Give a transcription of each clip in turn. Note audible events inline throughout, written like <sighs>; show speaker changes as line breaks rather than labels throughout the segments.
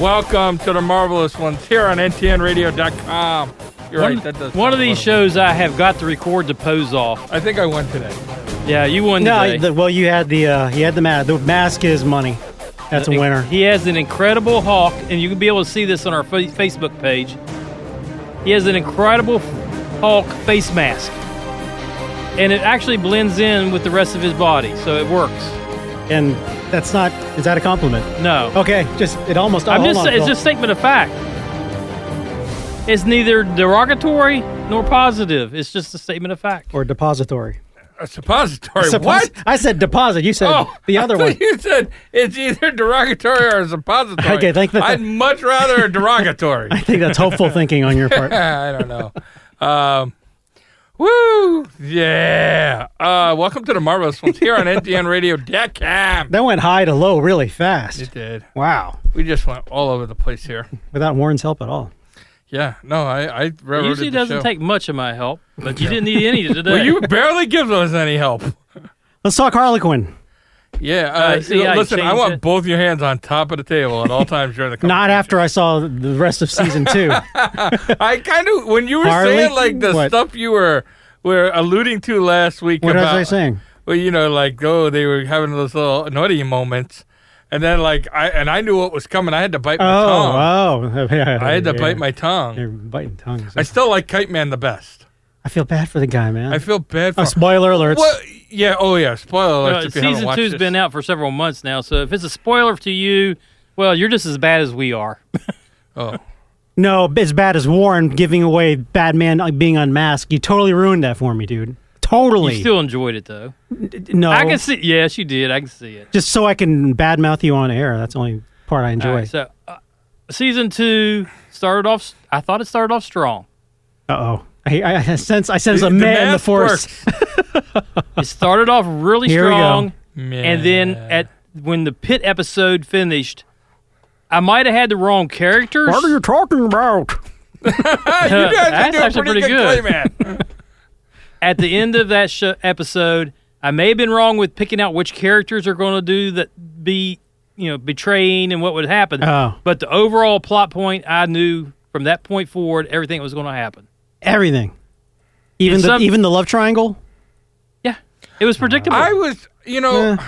welcome to the marvelous ones here on ntnradio.com. You're
One,
right. That does
one
sound
of these
wonderful.
shows I have got to record the pose off.
I think I won today.
Yeah, you won
No,
today.
the, well, you had the uh, he had the mask. The mask is money. That's a winner.
He has an incredible hawk, and you can be able to see this on our fa- Facebook page. He has an incredible hawk face mask, and it actually blends in with the rest of his body, so it works.
And that's not. Is that a compliment?
No,
Okay, just it almost. oh,
I'm
hold
just
on,
it's
Phil.
just statement of fact. It's neither derogatory nor positive. It's just a statement of fact.
or depository.
A suppository.
Suppos-
what?
I said deposit. You said
Oh,
the
I
other
thought
one.
<laughs> You said it's either derogatory or suppository.
Okay, thank the-
I'd much rather a derogatory. <laughs>
I think that's hopeful thinking on your part.
I don't know. Um, woo! Yeah. Uh, welcome to the marvelous ones here on ntnradio.com.
That went high to low really fast.
It did.
Wow,
We just went all over the place here.
without Warren's help at all.
Yeah. No, I I railroaded
Usually it
the
doesn't
show.
take much of my help, but you didn't need
<laughs>
any today.
Well, you barely give us any help.
Let's talk Harlequin.
Yeah. Uh,
I see how you
listen, I
changed
want
it.
both your hands on top of the table at all times during
<laughs>
the
Not after I saw the rest of season
<laughs>
two.
I kind of when you were
Harley?
saying like the
What?
stuff you were were alluding to last week.
What was
about,
I saying?
Well, you know, like oh, they were having those little naughty moments, and then like I and I knew what was coming. I had to bite my tongue.
Oh, oh, yeah,
I had to
yeah.
bite my tongue.
<laughs> You're biting tongues.
I still like Kite Man the best.
I feel bad for the guy, man.
I feel bad for.
oh, spoiler alerts.
Well, yeah. Oh, yeah. Spoiler
Well,
alert. if you haven't
season
watched
two's
this.
been out for several months now, so if it's a spoiler to you, well, you're just as bad as we are.
Oh,
No, as bad as Warren giving away Batman being unmasked. You totally ruined that for me, dude. Totally.
You still enjoyed it though.
no.
Oh.
I can see. Yes, you did. I can see it.
just so I can badmouth you on air. That's the only part I
All
enjoy.
right, so, uh, season two started off. I thought it started off strong.
uh oh. I, I, I sense I sense a
The
man in the
math
force.
works.
It started off
<laughs>
really
Here we go.
strong, and then
Yeah. <laughs>
at when the pit episode finished, I might have had the wrong characters.
What are you talking about?
you guys
That's
are
actually
doing pretty
pretty
good,
good.
Clayman.
at the end of that sh- episode, I may have been wrong with picking out which characters are going to do that be you know betraying and what would happen.
Oh.
But the overall plot point, I knew from that point forward everything that was going to happen.
Everything. Even
It's
the
some-
even the love triangle.
Yeah, it was predictable.
I was, you know,
Eh.
I,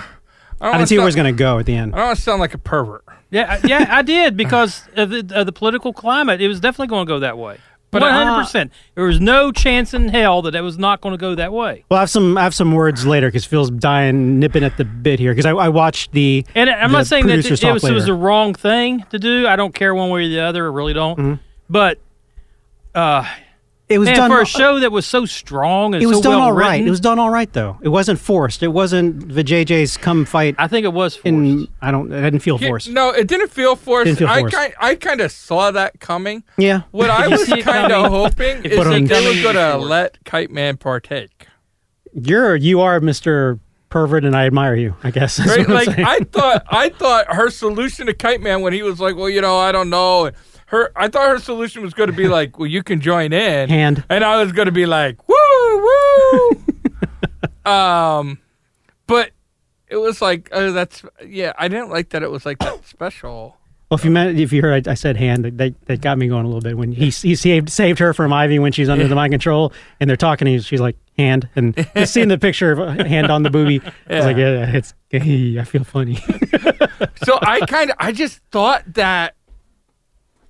I
don't
didn't see where it was
Oh,
sound-
going to go at the end.
I don't want to sound like a pervert.
yeah, I- yeah, I did because of the, of the political climate. It was definitely going to go that way.
But,
But
uh,
one hundred percent, there was no chance in hell that it was not going to go that way.
Well, I have some I have some words later because Phil's dying nipping at the bit here because I, I watched the
And I- I'm
the
not saying that
producers
it, it
talk
was, it was
later.
the wrong thing to do. I don't care one way or the other. I really don't.
Mm-hmm.
But uh,
it was
Man,
done
for a show that was so strong and
It was
so
done
well
all right.
written,
It was done all right though. It wasn't forced. It wasn't the JJ's come fight.
I think it was forced.
in I don't. I didn't feel
Yeah,
forced.
No, it didn't feel forced.
Didn't feel
I
forced.
kind, I kind of saw that coming.
Yeah.
What I
you
was
see it
kind of
coming?
hoping is
you
that
see
they were
coming,
it
going
you're
to
forced.
let Kite Man partake.
You're you are Mr. Pervert, and I admire you. I guess. <laughs> That's
Right?
what I'm
Like
saying.
I thought, I thought her solution to Kite Man when he was like, "Well, you know, I don't know." and Her, I thought her solution was going to be like, "Well, you can join in,"
Hand.
and I was going to be like, "Woo,
<laughs>
woo." um, but it was like, oh, that's yeah. I didn't like that. It was like that special.
well, if you meant if you heard I, I said hand, that, that that got me going a little bit when he he saved saved her from Ivy when
<laughs>
she's under the mind control, and they're talking. And she's like hand, and just seeing the picture of a hand on the booby, I was like, yeah, it's hey, I feel funny. <laughs>
so I kind of, I just thought that,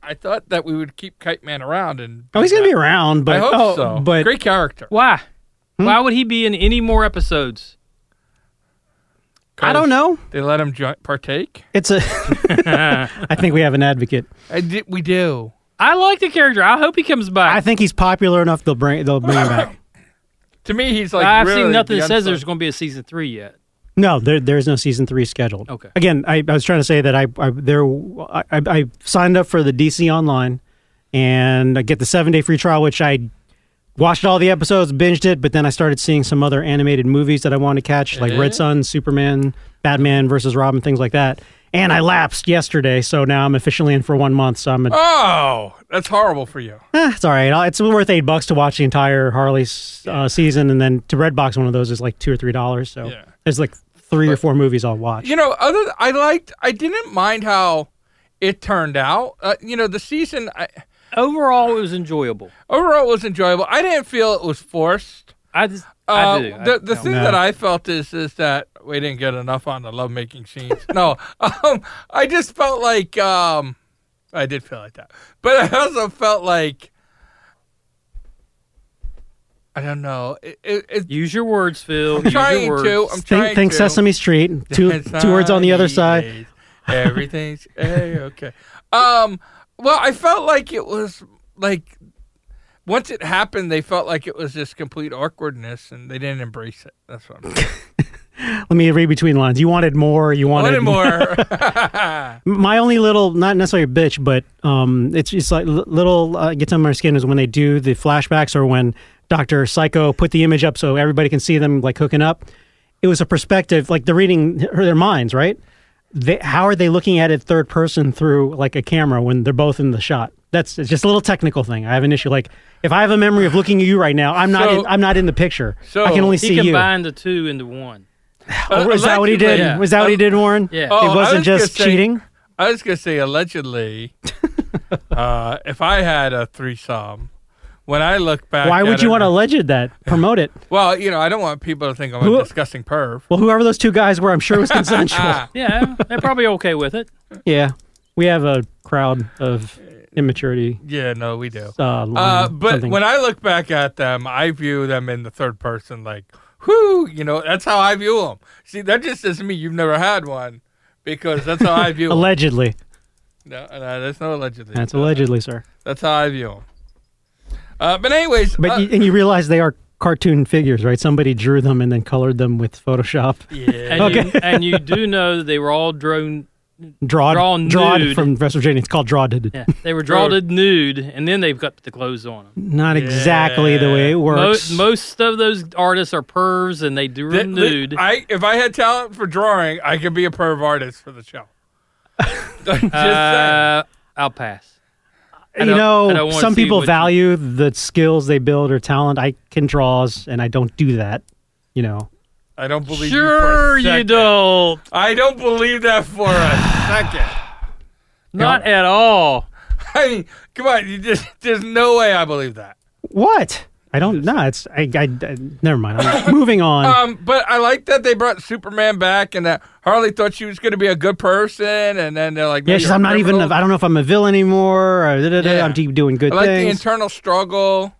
I thought that we would keep Kite Man around, and
oh, he's gonna be around, but
I hope
oh,
so.
but
great character.
Why?
Hmm?
Why would he be in any more episodes?
I don't know.
They let him jo- partake.
It's a. <laughs> I think we have an advocate.
I did, we do.
I like the character. I hope he comes back.
I think he's popular enough. They'll bring they'll bring him back.
To me, he's like.
have
really
seen nothing
the
that says
unsung-
there's going to be a season three yet.
No, there, there's no season three scheduled.
Okay.
Again, I, I was trying to say that I I, there, I I I signed up for the DC Online, and I get the seven day free trial, which I watched all the episodes, binged it, but then I started seeing some other animated movies that I wanted to catch, like
Eh?
Red Sun, Superman, Batman versus Robin, things like that. And I lapsed yesterday, so now I'm officially in for one month. So I'm a,
Oh, that's horrible for you.
eh, it's all right. I'll- It's worth eight bucks to watch the entire Harley uh, season, and then to Redbox one of those is like two or three dollars. So
Yeah.
there's like three or four movies I'll watch.
You know, other I liked. I didn't mind how it turned out. Uh, you know, the season I,
Overall, it was enjoyable.
overall was enjoyable. I didn't feel it was forced.
I just,
Uh,
I do. I-
the the
no.
thing
No.
that I felt is is that we didn't get enough on the lovemaking scenes. no, <laughs> um, I just felt like um, I did feel like that, but I also felt like I don't know. It, it, it,
use your words, Phil. use
trying
your words.
to. I'm
Think,
trying
think
to.
Sesame Street.
<laughs>
Two
That's
two words on the other
right.
side.
Everything's <laughs> eh, okay. Um, well, I felt like it was like once it happened, they felt like it was just complete awkwardness, and they didn't embrace it. That's what I'm saying.
Let me read between lines. You wanted more. You wanted,
wanted more.
<laughs> My only little, not necessarily a bitch, but um, it's just like li- little uh, gets on my skin is when they do the flashbacks or when Doctor Psycho put the image up so everybody can see them like hooking up. It was a perspective, like they're reading her- their minds, right? They, how are they looking at it third person through like a camera when they're both in the shot? That's it's just a little technical thing. I have an issue. Like if I have a memory of looking at you right now, I'm not
So-
in, I'm not in the picture.
so
I can only
he
He
see you.
combined the two into one.
Oh, is that what he did?
Yeah.
Was that what he did, Warren?
Yeah.
it
Oh,
I
wasn't
was
just
gonna say-
cheating.
I was gonna say
<laughs>
allegedly. uh, if I had a threesome, when I look back,
<laughs> Why would you want to
to?
alleged that? Promote it.
Well, you know, I don't want people to think I'm a
Who-
disgusting perv.
Well, whoever those two guys were, I'm sure it
<laughs>
was consensual.
Yeah, they're probably okay with
<laughs>
it.
yeah, we have a crowd of immaturity.
Yeah, no, we do.
Uh,
Uh,
line,
but
something.
when I look back at them, I view them in the third person, like, whoo, you know, that's how I view them. See, that just doesn't mean you've never had one, because that's how I view
<laughs>
them.
allegedly,
no, no, that's no allegedly.
Uh,
that's allegedly, sir.
That's how I view them. Uh, but anyways,
But
uh,
you, and you realize they are cartoon figures, right? Somebody drew them and then colored them with Photoshop.
yeah,
<laughs>
And, you, <laughs> and you do know that they were all drawn.
Drawed,
Draw
drawed
nude.
from West Virginia. It's called draw.
Yeah, they were drawn nude, and then they've got the clothes on them.
Not exactly the way it
Most,
works.
most of those artists are pervs, and they do
Th- li-
nude.
I if I had talent for drawing, I could be a perv artist for the show. <laughs> Just saying.
uh, I'll pass. I
you
don't- I
know,
don't wanna
some
see
people
what you-
value the skills they build or talent. I can draws, and I don't do that. You know,
I don't believe
Sure,
you. for a
you
second.
don't.
I don't believe that for a second.
Not at all.
I mean, come on, you just there's no way I believe that.
what? I don't. No, it's. I. I, I never mind. I'm <laughs> moving on.
Um, but I like that they brought Superman back and that Harley thought she was going to be a good person, and then they're like, no,
Yeah, she's,
you're a
I'm not even. A,
criminal."
I don't know if I'm a villain anymore. Or da, da, da,
Yeah.
I'm deep doing good
I like the
things.
internal struggle.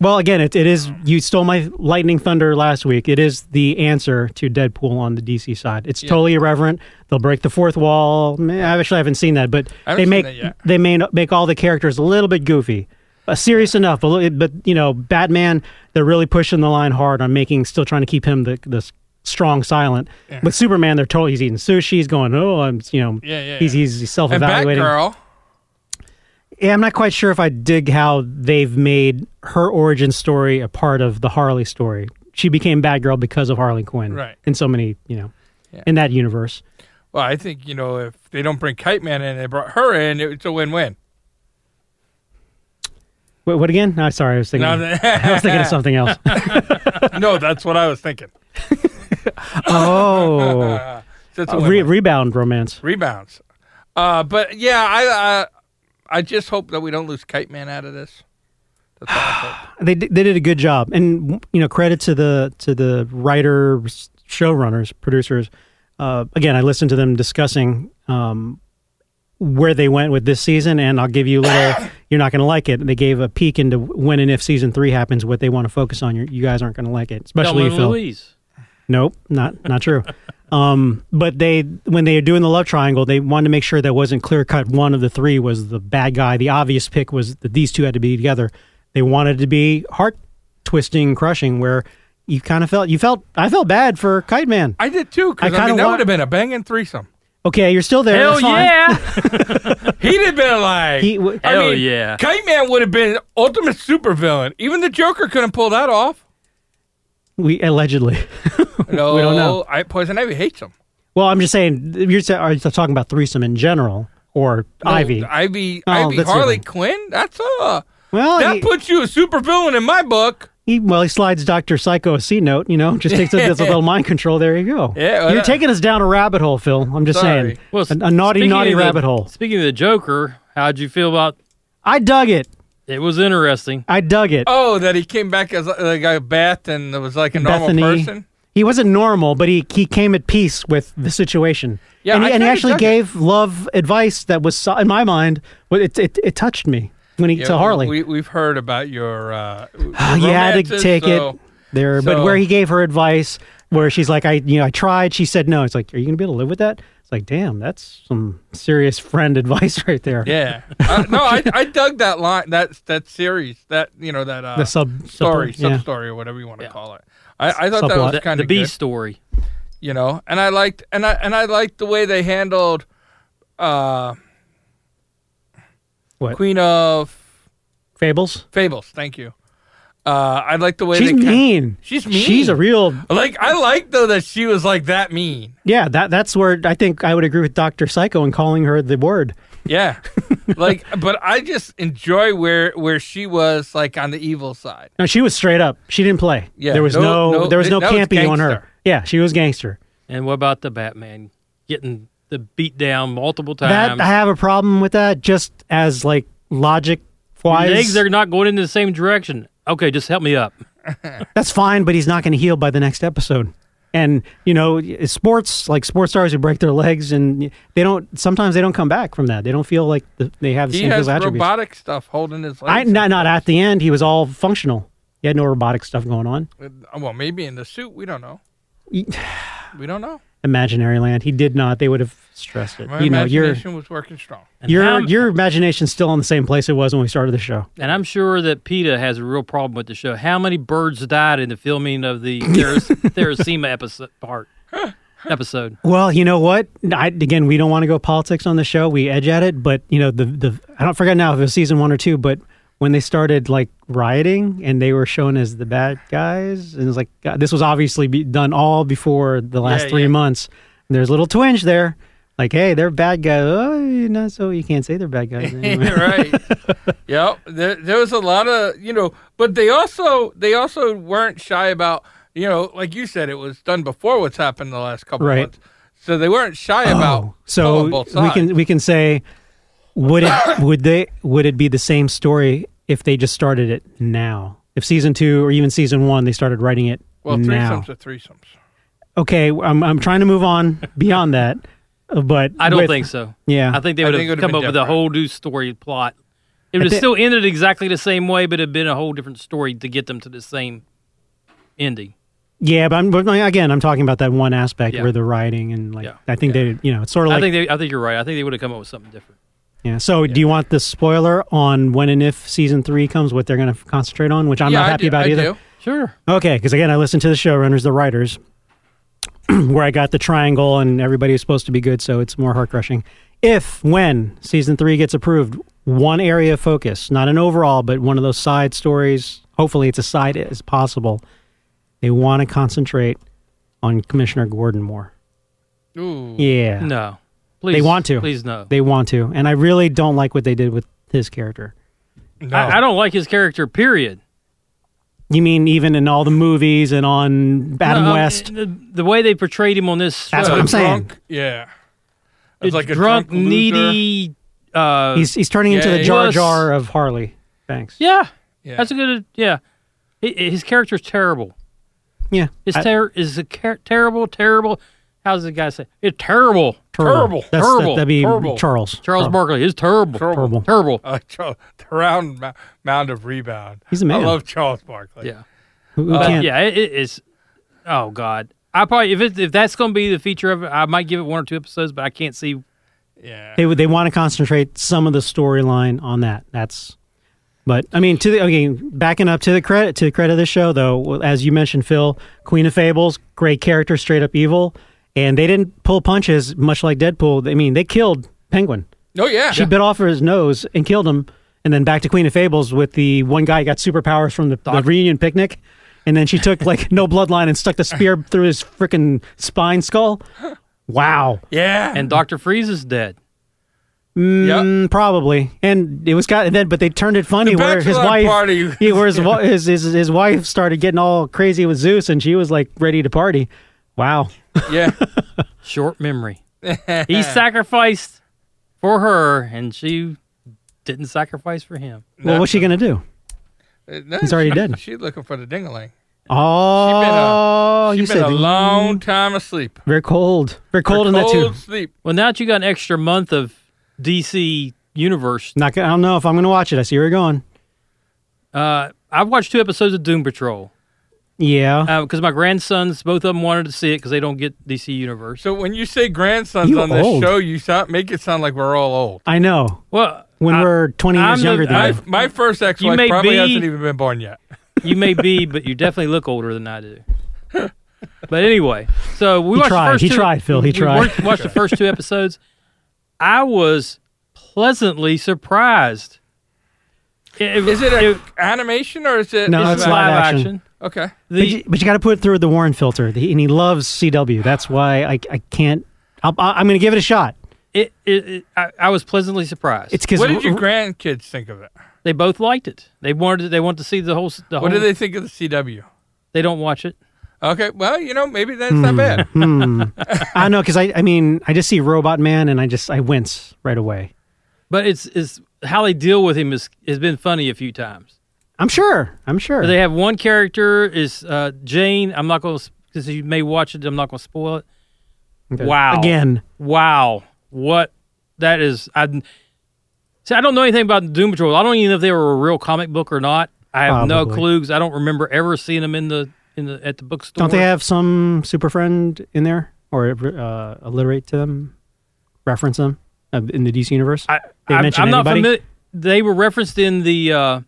well, again, it, it is. You stole my lightning thunder last week. It is the answer to Deadpool on the DC side. It's totally irreverent. They'll break the fourth wall. Meh, I actually haven't seen that, but
I haven't
they
seen
make
that yet.
they may not- make all the characters a little bit goofy. Uh, serious enough, but, li- but you know, Batman, they're really pushing the line hard on making, still trying to keep him the, the s- strong silent. With Superman, they're totally, he's eating sushi, he's going, oh, I'm, you know,
Yeah, yeah,
he's,
yeah.
he's, he's self
And
evaluating.
Batgirl,
Yeah, I'm not quite sure if I dig how they've made her origin story a part of the Harley story. She became Batgirl because of Harley Quinn,
Right.
In so many, you know,
Yeah.
in that universe.
well, I think you know if they don't bring Kite Man in, they brought her in, it's a win-win.
Wait, what again? No, sorry, I was thinking.
No,
<laughs> I
<laughs>
was thinking of something else.
no, that's what I was thinking.
Oh,
Uh, so it's a
re-
win-win.
rebound romance.
rebounds. Uh, but yeah, I, I I just hope that we don't lose Kite Man out of this. That's all I hope.
They di- they did a good job, and you know, credit to the to the writers, showrunners, producers. Uh, again, I listened to them discussing um, where they went with this season, and I'll give you a little. you're not going to like it. They gave a peek into when and if season three happens, what they want to focus on. You're, you guys aren't going to like it, especially
Thelma
you,
and
Phil.
Louise.
Nope, not not
<laughs>
true. um, but they when they were doing the love triangle, they wanted to make sure that wasn't clear cut. One of the three was the bad guy. The obvious pick was that these two had to be together. They wanted it to be heart twisting, crushing, where you kind of felt you felt I felt bad for Kite Man.
I did too
I
because I,
kinda
mean that
want-
would have been a banging threesome.
Okay, you're still there.
Hell
that's fine.
yeah! <laughs>
He'd have been like,
He w-
I
Hell
mean,
yeah.
Kite Man would have been ultimate supervillain. Even the Joker couldn't pull that off.
we allegedly.
No,
<laughs> We don't know.
I, Poison Ivy hates him.
well, I'm just saying you're, sa- are you talking about threesome in general or
No,
Ivy.
Ivy,
Oh,
Ivy
that's
Harley
different.
Quinn. That's a
well,
that
you-
puts you a supervillain in my book.
He, well, he slides Doctor Psycho a C note. You know, just takes a, does
<laughs>
a little mind control. There you go.
Yeah, well,
you're
that-
taking us down a rabbit hole, Phil. I'm just
Sorry.
saying,
Well,
a, a naughty,
speaking
naughty
of the-
rabbit hole.
Speaking of the Joker, how'd you feel about?
I dug it.
It was interesting.
I dug it.
Oh, that he came back as like a Beth and was like a normal
Bethany.
person.
He wasn't normal, but he, he came at peace with the situation.
Yeah,
and he,
I
and he
kinda
actually
dug it.
gave love advice that was so- in my mind. Well, it it, it touched me when he to
we-
Harley.
We, we've heard about your. Uh,
<sighs> you had to
romances,
take
so-
it there, but
so-
where he gave her advice, where she's like, I you know I tried. She said no. It's like, are you gonna be able to live with that? It's like, damn, that's some serious friend advice <laughs> right there.
Yeah. Uh, no, <laughs> I, I dug that line that that series that you know that uh,
The sub
story
sub- yeah.
sub story or whatever you want to
Yeah.
call it. I, I thought
Subplot.
that was
The,
kind
the
of
B
good,
story.
you know, and I liked and I and I liked the way they handled uh,
What?
Queen of
Fables.
Fables. Thank you. Uh, I like the way
She's
they kind-
mean.
she's mean.
She's a real
like I like though that she was like that mean.
yeah. That that's where I think I would agree with Doctor Psycho in calling her the word. <laughs>
Yeah. like but I just enjoy where where she was like on the evil side.
No, she was straight up. She didn't play.
Yeah,
there was
no-
no,
no-
there was no
that was
campy on her.
gangster.
Yeah, she was gangster.
And what about the Batman getting the beat down multiple
That
Um,
times?
I have a problem with that. Just as like logic wise,
Legs are not going in the same direction. Okay, just help me up.
that's fine. But he's not going to heal by the next episode. And you know, sports like sports stars who break their legs and they don't. Sometimes they don't come back from that. They don't feel like the, they have the
He
same
has
physical attributes.
robotic stuff holding his legs.
I not not at the end. He was all functional. He had no robotic stuff going on.
Uh, Well, maybe in the suit. We don't know.
Ye-
We don't know.
Imaginary land. He did not. They would have stressed it.
My
<sighs> you know, you're.
imagination was working strong. <laughs>
And
Your
I'm-
your imagination's still in the same place it was when we started the show.
And I'm sure that PETA has a real problem with the show. How many birds died in the filming of
<laughs>
the Theras- Therasema episode part episode?
Well, you know what? I, again, we don't want to go politics on the show. We edge at it, but you know the the I don't forget now if it was season one or two, but when they started like rioting and they were shown as the bad guys, and it's like God, this was obviously be done all before the last
Yeah,
three
yeah.
months. And there's a little twinge there, like hey, they're bad guys. Oh, you know, so you can't say they're bad guys. Anyway. <laughs>
right. Yep. There, there was a lot of you know, but they also they also weren't shy about you know, like you said, it was done before what's happened the last couple
Right.
months. So they weren't shy
Oh,
about pulling
so
both
we
sides.
can we can say would it would they would it be the same story if they just started it now if season two or even season one they started writing it
well,
now
threesomes are threesomes.
okay I'm I'm trying to move on beyond that uh, but
I don't
with-
think so.
yeah
I think they
I
would
think it
have
would've
come
been
up with a
different.
whole new story plot. It would have
thi-
still ended exactly the same way, but it had been a whole different story to get them to the same ending.
yeah but, I'm, but my- again I'm talking about that one aspect
Yeah.
where the writing and like
Yeah.
I think they you know it's sort of
I
like
think they, I think you're right. I think they would have come up with something different.
yeah so do you want the spoiler on when and if season three comes what they're going to concentrate on which I'm
yeah,
not
I
happy
do-
about
I
either
do.
Sure.
Okay, because again, I listened to the showrunners, the writers, <clears throat> where I got the triangle and everybody was supposed to be good, so it's more heart crushing. If, when season three gets approved, one area of focus, not an overall, but one of those side stories, hopefully it's a side as possible, they want to concentrate on Commissioner Gordon more.
Ooh.
Yeah.
No. Please.
They want to.
Please no.
They want to. And I really don't like what they did with his character.
No.
I, I don't like his character. Period.
You mean even in all the movies and on Adam
No, uh,
West?
The, the way they portrayed him on this
That's
show,
what I'm saying.
Drunk, yeah. It's
it's
like a
drunk,
drunk loser.
needy. Uh,
He's, he's turning into
yeah,
the
he
Jar
was-
Jar of Harley. Thanks.
yeah,
Yeah.
that's a good. Yeah, Hi- hi- his character's terrible.
Yeah.
His
I-
ter- is a car- terrible, terrible. How's the guy say? It's terrible.
Terrible.
That's,
Terrible.
That, would be
Terrible.
Charles. Oh,
Charles Barkley is terrible.
Terrible.
Terrible.
Uh, Charles, the round mou- mound of rebound.
He's a man.
I love Charles Barkley.
Yeah,
Who, who
But
can't?
uh, yeah. It, it is. Oh God. I probably if it, if that's going to be the feature of it, I might give it one or two episodes, but I can't see.
Yeah.
They would. They want to concentrate some of the storyline on that. That's. But I mean, to the okay, backing up to the credit to the credit of the show though, as you mentioned, Phil, Queen of Fables, great character, straight up evil, and they didn't pull punches, much like Deadpool. I mean, they killed Penguin.
Oh yeah.
She bit off his nose and killed him, and then back to Queen of Fables with the one guy who got superpowers from the, the reunion picnic, and then she took <laughs> like no bloodline and stuck the spear through his freaking spine skull. Wow.
yeah.
And Doctor Freeze is dead.
Mm, Probably, and it was kind of then, but they turned it funny
The
where his
bachelorette
wife, <laughs>
party.
yeah,
<laughs>
where his, wa- his his his wife started getting all crazy with Zeus, and she was like ready to party. Wow,
Yeah.
Short memory.
<laughs>
he sacrificed for her, and she didn't sacrifice for him.
well, what's she gonna do?
Uh, no,
He's already
she-
dead.
She's looking for the dingaling.
Oh,
She's
you
been
said
a long time asleep.
very cold, very cold in
Cold
that too.
sleep.
Well, now that you got an extra month of DC Universe,
Not, gonna, I don't know if I'm gonna watch it. I see where you're going.
uh, I've watched two episodes of Doom Patrol
Yeah,
because my grandsons, both of them, wanted to see it because they don't get DC Universe.
So when you say grandsons
You
on this
old.
show, you sound, make it sound like we're all old.
I know.
Well,
When
I-
we're 20 years
I'm the-
younger than
I-
you.
My, my first ex-wife
You may
probably
be-
hasn't even been born yet.
you may be, but you definitely look older than I
<laughs>
do. But anyway, so we
He
watched
tried.
the first
He
two,
tried, Phil. He
we
tried.
worked- watched the first two episodes. I was pleasantly surprised.
Is it a animation or is it?
No,
is
it's
it-
live
live
action.
action?
Okay.
but
The-
you, but you got to put it through the Warren filter, The- and he loves CW. That's why I I can't. I'll, I- I'm gonna give it a shot.
it, it, it- I, I was pleasantly surprised.
It's because
What did your grandkids think of it?
they both liked it. They wanted. They want to see the whole. s- The
What
Oh.
do
whole,
they think of the CW?
They don't watch it.
Okay. Well, you know, maybe that's
Hmm.
not bad.
I know because I I mean I just see Robot Man and I just I wince right away.
But it's it's how they deal with him is has been funny a few times.
I'm sure. I'm sure.
But they have one character is uh, Jane. I'm not going to because you may watch it. I'm not going to spoil it.
Okay.
Wow.
Again,
Wow, what that is! I see. I don't know anything about Doom Patrol. I don't even know if they were a real comic book or not. I have no
Probably.
clue 'cause I don't remember ever seeing them in the in the at the bookstore.
don't they have some super friend in there or uh, alliterate to them, reference them uh, in the DC universe?
I,
They
I,
mention
I'm not
anybody?
familiar. They were referenced in the uh,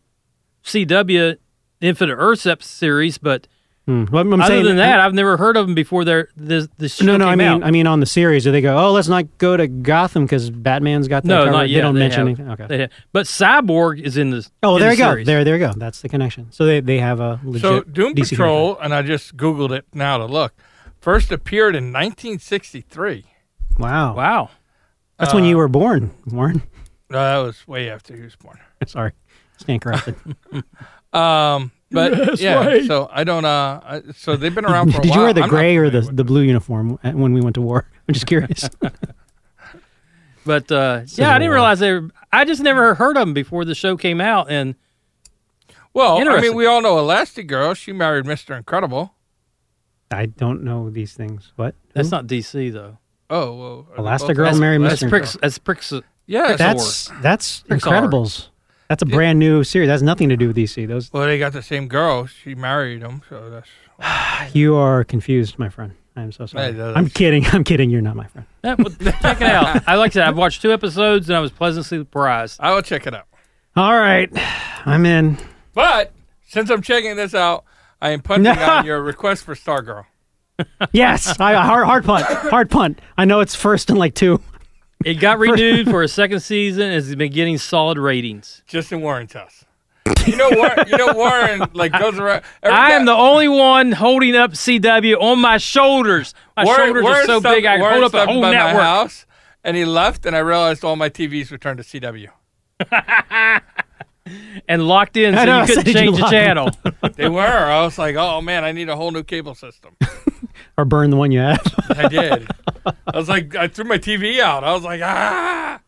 CW Infinite Earths ep- series, but
Hmm. Well, I'm
other
saying-
than that, I've never heard of them before. Their this this
No,
show
no. I
came
mean,
out.
I mean, on the series, do they go? Oh, let's not go to Gotham because Batman's got that
no,
covered."
not yet.
They don't mention
have-
anything. Okay.
they have- but Cyborg is in this.
oh,
in
there
the
you go.
series.
There, there you go. That's the connection. So they, they have a <laughs> legit.
So Doom
DC
Patrol, and I just Googled it now to look, first appeared in 1963.
connection. Wow.
Wow.
That's when you were born, Warren. <laughs>
No, that was way after he was born.
Sorry, stand corrected.
Um,
<laughs>
but yeah, so I don't. Uh, I, so they've been around for a
Did
while.
you wear the
I'm not
gray or the
familiar with
the blue uniform at- when we went to war? <laughs> I'm just curious.
But uh, yeah, I didn't
War.
realize they. Were, I just never heard of them before the show came out, and
Well, I mean,
Interesting.
we all know Elastigirl. She married Mr. Incredible.
I don't know these things. What?
that's
Who?
not DC though.
Oh, well, are they
Elastigirl
both-
That's- married
That's
Mr.
Prix. That's uh, Prix.
Yeah, so-
that's that's
Pixar.
Incredibles. That's a brand new series. That's nothing to do with DC. Those
well, they got the same girl. She married him, so that's
you are confused, my friend. I'm so sorry.
Hey, that's-
I'm kidding. <laughs> I'm kidding. You're not my friend.
That, well, <laughs> check it out. I like that. I've watched two episodes and I was pleasantly surprised.
I will check it out.
All right, I'm in.
But since I'm checking this out, I am
<laughs>
punting on your request for Stargirl.
Yes, I, hard, hard punt. Hard punt. I know it's first and like two.
It got renewed for a second season and has been getting solid ratings.
Just in Warren's house. You know, Warren, you know Warren like goes around. every
I am
time-
the only one holding up CW on my shoulders. My shoulders are so
stopped-
big I can
Warren
hold up a
stopped
whole
by my
network.
house, and he left, and I realized all my TVs were turned to CW.
And locked in so
I know, I
you couldn't
said, did you
change the
lock-
channel.
<laughs>
<laughs>
They were. I was like, oh man, I need a whole new cable system.
Or burn the one you have. <laughs>
I did. I was like, I threw my TV out. I was like, ah.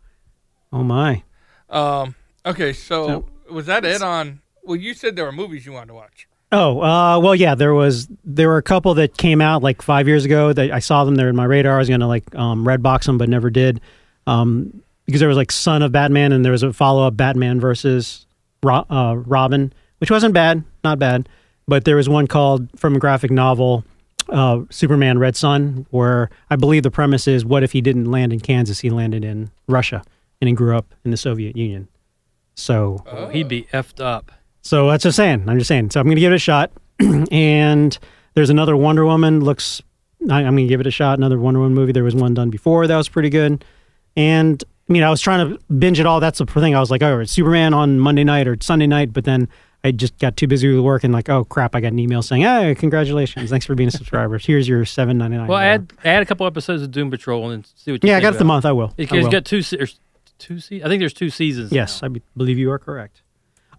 Oh my.
Um. Okay. So was that it on? Well, you said there were movies you wanted to watch.
Oh uh, well, yeah. There was there were a couple that came out like five years ago that I saw them. They're in my radar. I was gonna like um, red box them, but never did um, because there was like Son of Batman and there was a follow up Batman versus Ro- uh, Robin, which wasn't bad, not bad. But there was one called from a graphic novel, uh, Superman Red Sun, where I believe the premise is what if he didn't land in Kansas, he landed in Russia and he grew up in the Soviet Union. So
Oh, he'd be effed up.
so that's just saying. I'm just saying. So I'm going to give it a shot. <clears throat> and there's another Wonder Woman. Looks. I, I'm going to give it a shot. Another Wonder Woman movie. There was one done before that was pretty good. And I mean, I was trying to binge it all. That's the thing. I was like, oh, it's Superman on Monday night or Sunday night. But then I just got too busy with work and like, oh crap, I got an email saying, hey, congratulations, thanks for being a subscriber. Here's your 7.99.
Well, add add a couple episodes of Doom Patrol and see what. You
Yeah, I
think
got it the
about
month. I will.
It,
I
has
will.
got two se- or two seasons. I think there's two seasons.
Yes,
now.
I be- believe you are correct.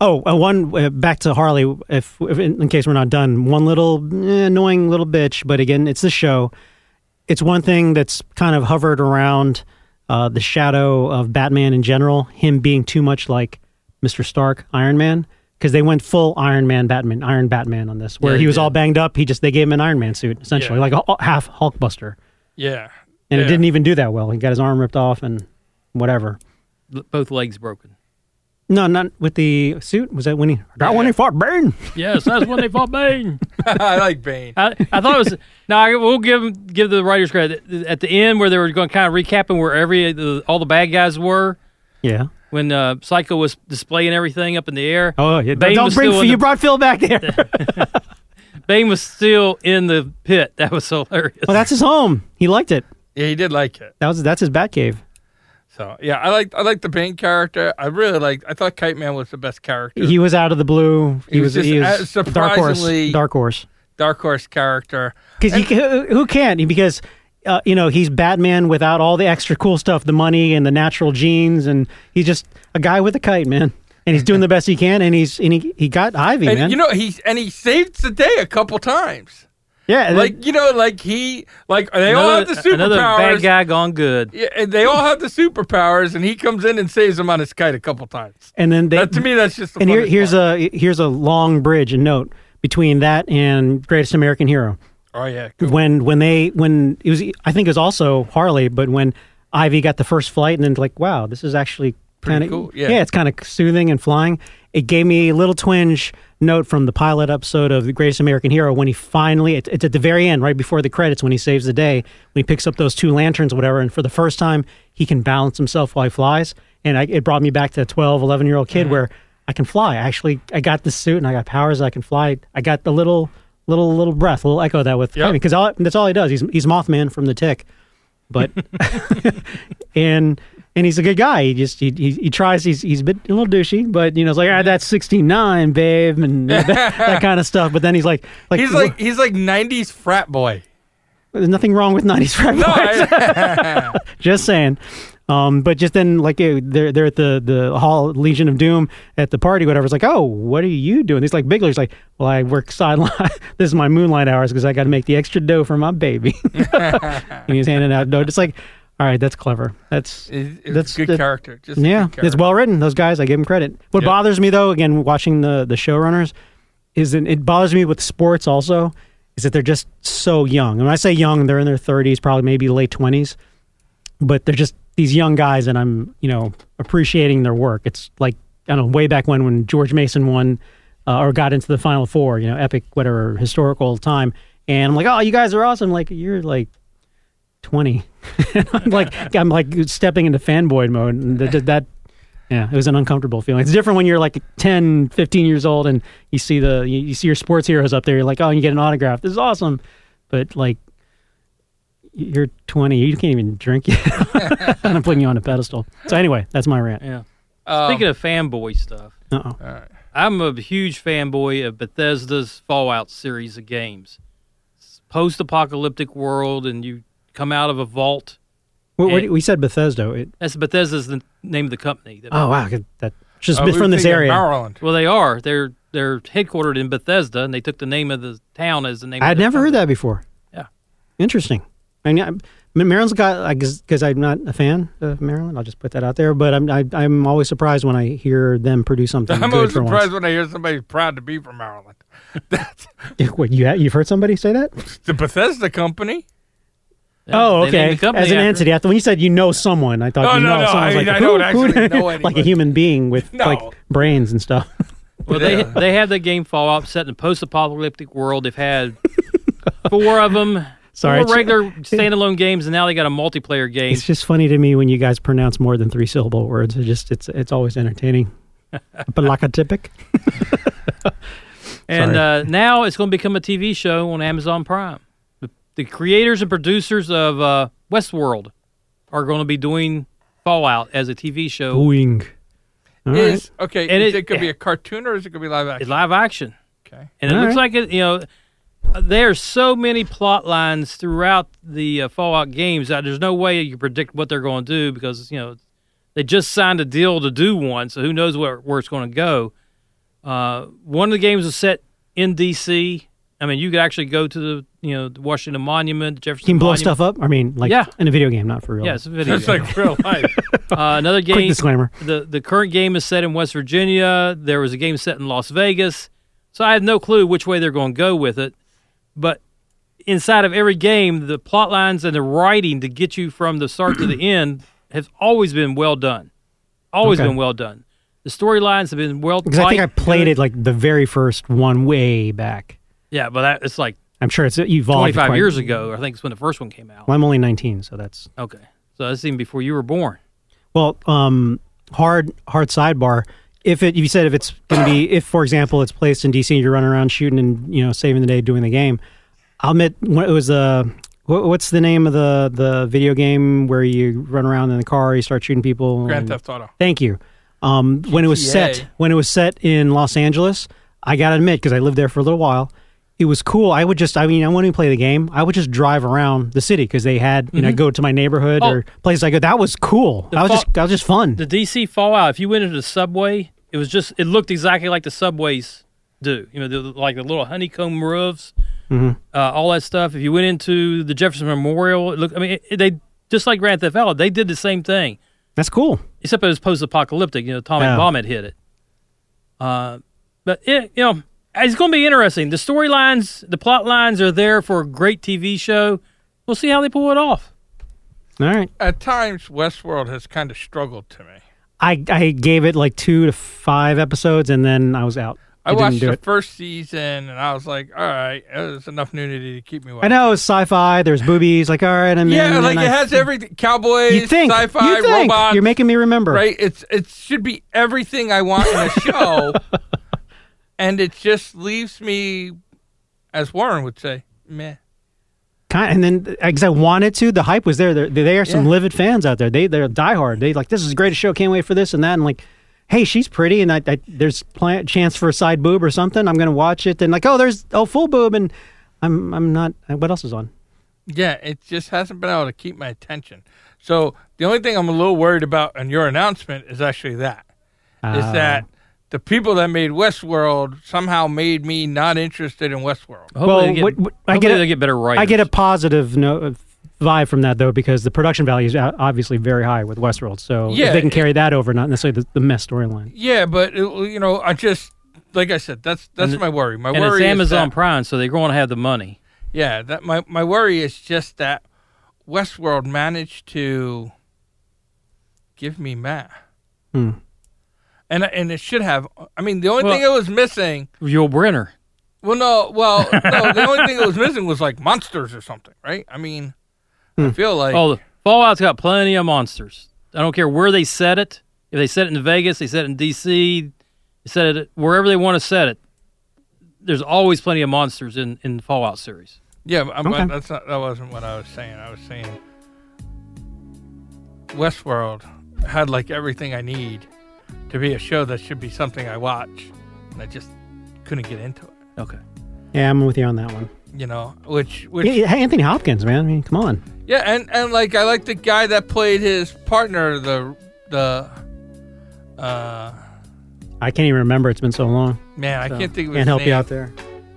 Oh, uh, one uh, back to Harley. If, if in, in case we're not done, one little eh, annoying little bitch. But again, it's the show. It's one thing that's kind of hovered around uh, the shadow of Batman in general. Him being too much like Mister Stark, Iron Man, because they went full Iron Man, Batman, Iron Batman on this, where
Yeah, they
he was
did.
all banged up. He just they gave him an Iron Man suit essentially,
Yeah.
like a, a- half Hulkbuster,
Yeah. Yeah.
and it
<laughs>
e-
didn't even do that well. He got his arm ripped off and whatever.
L- both legs broken.
No, not with the suit. Was that when he? That when he fought Bane.
Yes, that's when they fought <laughs> Bane.
I like Bane.
I, I thought it was. No, I, we'll give 'em- give the writers credit at the end where they were going kind of recapping where every uh, the, all the bad guys were
Yeah.
when uh, Psycho was displaying everything up in the air.
Oh, yeah.
Bane
Don't
was
bring.
still in
you
the-
brought Phil
<laughs>
back there.
Bane was still in the pit. That was hilarious.
well, that's his home. He liked it.
Yeah, he did like it.
That was that's his Batcave. cave.
So yeah, I liked I liked the Bane character. I really liked. I thought Kite Man was the best character.
He was out of the blue. He,
He
was,
was
he
just,
was
uh,
dark horse.
surprisingly-
Dark horse.
Dark Horse character.
Because who who can't? Because uh, you know he's Batman without all the extra cool stuff, the money and the natural genes, and he's just a guy with a kite, man. And he's doing the best he can, and he's and he, he got Ivy,
And
man.
you know he and he saved the day a couple times.
yeah, and
Like you know, like he like they all have the
another bad
superpowers.
guy gone good.
Yeah, and they all have the superpowers, and he comes in and saves them on his kite a couple times.
and then they,
that to me, that's just. The
and here,
funniest
here's
part.
a here's a long bridge and note between that and Greatest American Hero.
Oh yeah, cool.
When when they when it was I think it was also Harley, but when Ivy got the first flight and then like wow, this is actually
Pretty
kind of
cool, yeah.
e-, it's kind of soothing and flying. It gave me a little twinge note from the pilot episode of The Greatest American Hero when he finally it, it's at the very end, right before the credits, when he saves the day, when he picks up those two lanterns, or whatever, and for the first time he can balance himself while he flies. And I, it brought me back to a 12, 11 year old kid
Mm-hmm.
where I can fly. I actually I got this suit and I got powers. I can fly. I got the little little little breath, little echo of that with
Yep.
because that's all he does. He's he's Mothman from the Tick, but <laughs> and and he's a good guy. He just he he, he tries. He's he's a bit a little douchey, but you know, it's like ah, that's sixty nine, babe, and <laughs> that, that kind of stuff. But then he's like, like,
he's like he's like '90s frat boy.
there's nothing wrong with
<laughs>
nineties rap.
No, I- <laughs>
just saying. Um, but just then, like eh, they're they're at the the hall Legion of Doom at the party, whatever. It's like, oh, what are you doing? He's like Bigler's like, well, I work sideline. <laughs> this is my moonlight hours because I got to make the extra dough for my baby. <laughs> and he's handing out dough. Just like, all right, that's clever. That's
it's, it's
That's-
good
that-
character. Just a
yeah,
good
it's
character.
well written. Those guys, I give them credit. What
Yep.
bothers me though, again, watching the the showrunners, is that it bothers me with sports also, is that they're just so young. And when I say young, they're in their thirties, probably maybe late twenties, but they're just these young guys, and I'm you know appreciating their work. It's like I don't know, way back when when George Mason won uh, or got into the Final Four, you know, epic whatever historical time, and I'm like, oh, you guys are awesome. Like you're like 20 i'm <laughs> like i'm like stepping into fanboy mode and that, that yeah it was an uncomfortable feeling it's different when you're like 10 15 years old and you see the you, you see your sports heroes up there you're like oh you get an autograph this is awesome but like you're 20 you can't even drink yet <laughs> and i'm putting you on a pedestal so anyway that's my rant
Yeah.
Um,
Speaking of fanboy stuff,
uh-oh
all right.
I'm a huge fanboy of Bethesda's Fallout series of games. It's post-apocalyptic world, and you come out of a vault.
Well, what-
It-
we said bethesda it,
That's Bethesda's the name of the company. that-
oh wow good- that just
Oh, we were
from this
thinking
area
Maryland.
Well, they are. They're they're headquartered in Bethesda, and they took the name of the town as the name.
I'd
of the
never heard
company.
that before.
Yeah.
Interesting. I mean, I, Maryland's got because I'm not a fan of Maryland. I'll just put that out there. But I'm I, I'm always surprised when I hear them produce something.
<laughs> I'm
good
always
for
surprised when I hear somebody's proud to be from Maryland. That's
<laughs> Once. Wait, you ha- you've heard somebody say that?
<laughs> the Bethesda company.
Yeah, they
oh,
named
okay.
the company
As an
after-
entity, I thought, when you said you know someone, I thought
No,
you
Oh, no,
know
no,
someone.
I
was
mean,
like,
I don't
who- who- <laughs>
actually know
like a
anybody.
human being with
No.
like brains
<laughs>
and stuff.
Well, they
Yeah.
they had the game Fallout set in a post-apocalyptic world. They've
<laughs>
had four of them.
Sorry, it's-
four regular standalone games, and now they got a multiplayer
<laughs>
game.
It's just funny to me when you guys pronounce more than three syllable words. It just it's it's
<laughs>
always entertaining. Palakatypic.
And uh, now it's going to become a TV show on Amazon Prime. The, the creators and producers of uh, Westworld are going to be doing Fallout as a TV show
Boing. All right.
is okay.
And
is
it-
it, going to be a cartoon or is it going to be live action?
in live action.
okay.
And it
All
looks like
right.
it, you know, there are so many plot lines throughout the uh, Fallout games that there's no way you can predict what they're going to do because, you know, They just signed a deal to do one, so who knows where, where it's going to go. Uh, one of the games was set in D.C. I mean, you could actually go to the you know the Washington Monument, the Jefferson.
Can you blow
Monument.
stuff up? I mean, like
Yeah.
in a video game, not for real.
Yeah, it's a video.
That's
game.
like real
<laughs>
life.
Mm-hmm.
uh, another
Quick
game.
disclaimer.
the the current game is set in West Virginia. There was a game set in Las Vegas. So I have no clue which way they're going to go with it. But inside of every game, the plot lines and the writing to get you from the start to
<clears throat>
the end has always been well done. Always
Okay.
been well done. The storylines have been well.
Because I think I
tight.
played it like the very first one way back.
Yeah, but that, it's like
I'm sure it's evolved.
25
quite-
years ago. I think it's when the first one came out.
Well, I'm only 19, so that's
Okay, so that's even before you were born.
Well, um, hard hard sidebar. If it you said if it's going to be if for example it's placed in DC and you're running around shooting and you know saving the day doing the game, I'll admit when it was uh wha- what's the name of the the video game where you run around in the car you start shooting people?
Grand
and-
Theft Auto.
Thank you. Um, when it was
GTA.
set, when it was set in Los Angeles, I gotta admit because I lived there for a little while, it was cool. I would just, I mean, I wouldn't even play the game. I would just drive around the city because they had, you
Mm-hmm.
know, go to my neighborhood
Oh.
or places I go. That was cool. I was
fa-
just, that was just fun.
the DC Fallout, if you went into the subway, it was just it looked exactly like the subways do. You know, the, like the little honeycomb roofs,
Mm-hmm.
uh, all that stuff. If you went into the Jefferson Memorial, it looked. I mean, it, it- they just like Grand Theft Auto, they did the same thing,
That's cool.
except it was post-apocalyptic. You know, atomic
Yeah.
bomb had hit it. Uh, but it, you know, it's going to be interesting. The storylines, the plot lines are there for a great TV show. We'll see how they pull it off.
All right,
At times, Westworld has kind of struggled to me.
I I gave it like two to five episodes and then I was out.
I
didn't
watched
do
the
it.
first season and I was like, all right, there's enough nudity to keep me watching.
I know it was sci-fi. There's boobies. Like all right, I'm in.
Yeah,
and
like
I-
it has everything cowboys,
You think?
sci-fi,
you think?
robots.
You're making me remember.
right? It's it should be everything I want in
<laughs>
a show, and it just leaves me, as Warren would say, meh.
kind and then because I wanted to, the hype was there. There, there are some
Yeah.
livid fans out there. They they're diehard. They like this is the greatest show. Can't wait for this and that. And like, hey, she's pretty, and I, I there's pl- chance for a side boob or something. I'm gonna watch it. And like, oh, there's oh full boob, and I'm I'm not. What else is on?
Yeah, it just hasn't been able to keep my attention. So the only thing I'm a little worried about on your announcement is actually that is
Oh.
Ah.
that the people that made Westworld somehow made me not interested in Westworld.
Hopefully
Well,
they get,
what- what- I
hopefully
get a-
they get better writers.
I get a positive no vibe from that though because the production value is o- obviously very high with Westworld. So
Yeah,
if they can
it-
carry that over, not necessarily the, the mess storyline.
Yeah, but it, you know, I just like I said, that's that's
And-
my worry. My
and
worry
it's
is
Amazon
that-
Prime, so they're going to have the money.
Yeah, that my my worry is just that Westworld managed to give me Matt,
Hmm.
and I- and it should have. I mean, the only
Well-
thing it was missing.
Yul Brenner.
Well, no, well, no, the only thing
<laughs>
that was missing was like monsters or something, right? I mean,
Hmm.
I feel like
Oh, the Fallout's got plenty of monsters. I don't care where they set it. If they set it in Vegas, they set it in D.C., they set it wherever they want to set it. There's always plenty of monsters in in the Fallout series.
yeah, but, but
Okay.
that's not that wasn't what I was saying. I was saying Westworld had like everything I need to be a show that should be something I watch, and I just couldn't get into it.
Okay.
Yeah, I'm with you on that one.
you know, which which
Yeah,
yeah,
Hey, Anthony Hopkins, man. I mean, come on.
and and like I like the guy that played his partner, the the uh
I can't even remember. It's been so long.
man, I
So,
can't think of his
Can't help
name,
you out there.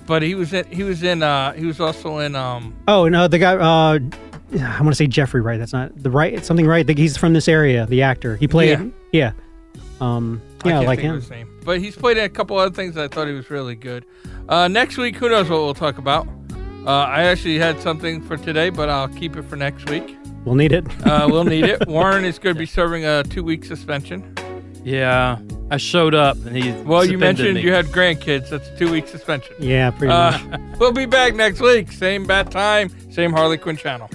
but he was in he was in uh he was also in um
Oh no, the guy. Uh, I want to say Jeffrey Wright. That's not the right. It's something right. He's from this area. The actor he played. Yeah. Um. Yeah,
I can't
like
think
him.
of his name, but he's played in a couple other things that I thought he was really good. Uh, next week, who knows what we'll talk about. Uh, I actually had something for today, but I'll keep it for next week.
We'll need it.
Uh, we'll need it. Warren is going to be serving a two-week suspension.
Yeah, I showed up and he.
Well, you
suspended
mentioned
me.
you had grandkids. That's a two-week suspension.
<laughs> yeah, pretty much.
<laughs> Uh, we'll be back next week. Same bat time, same Harley Quinn channel.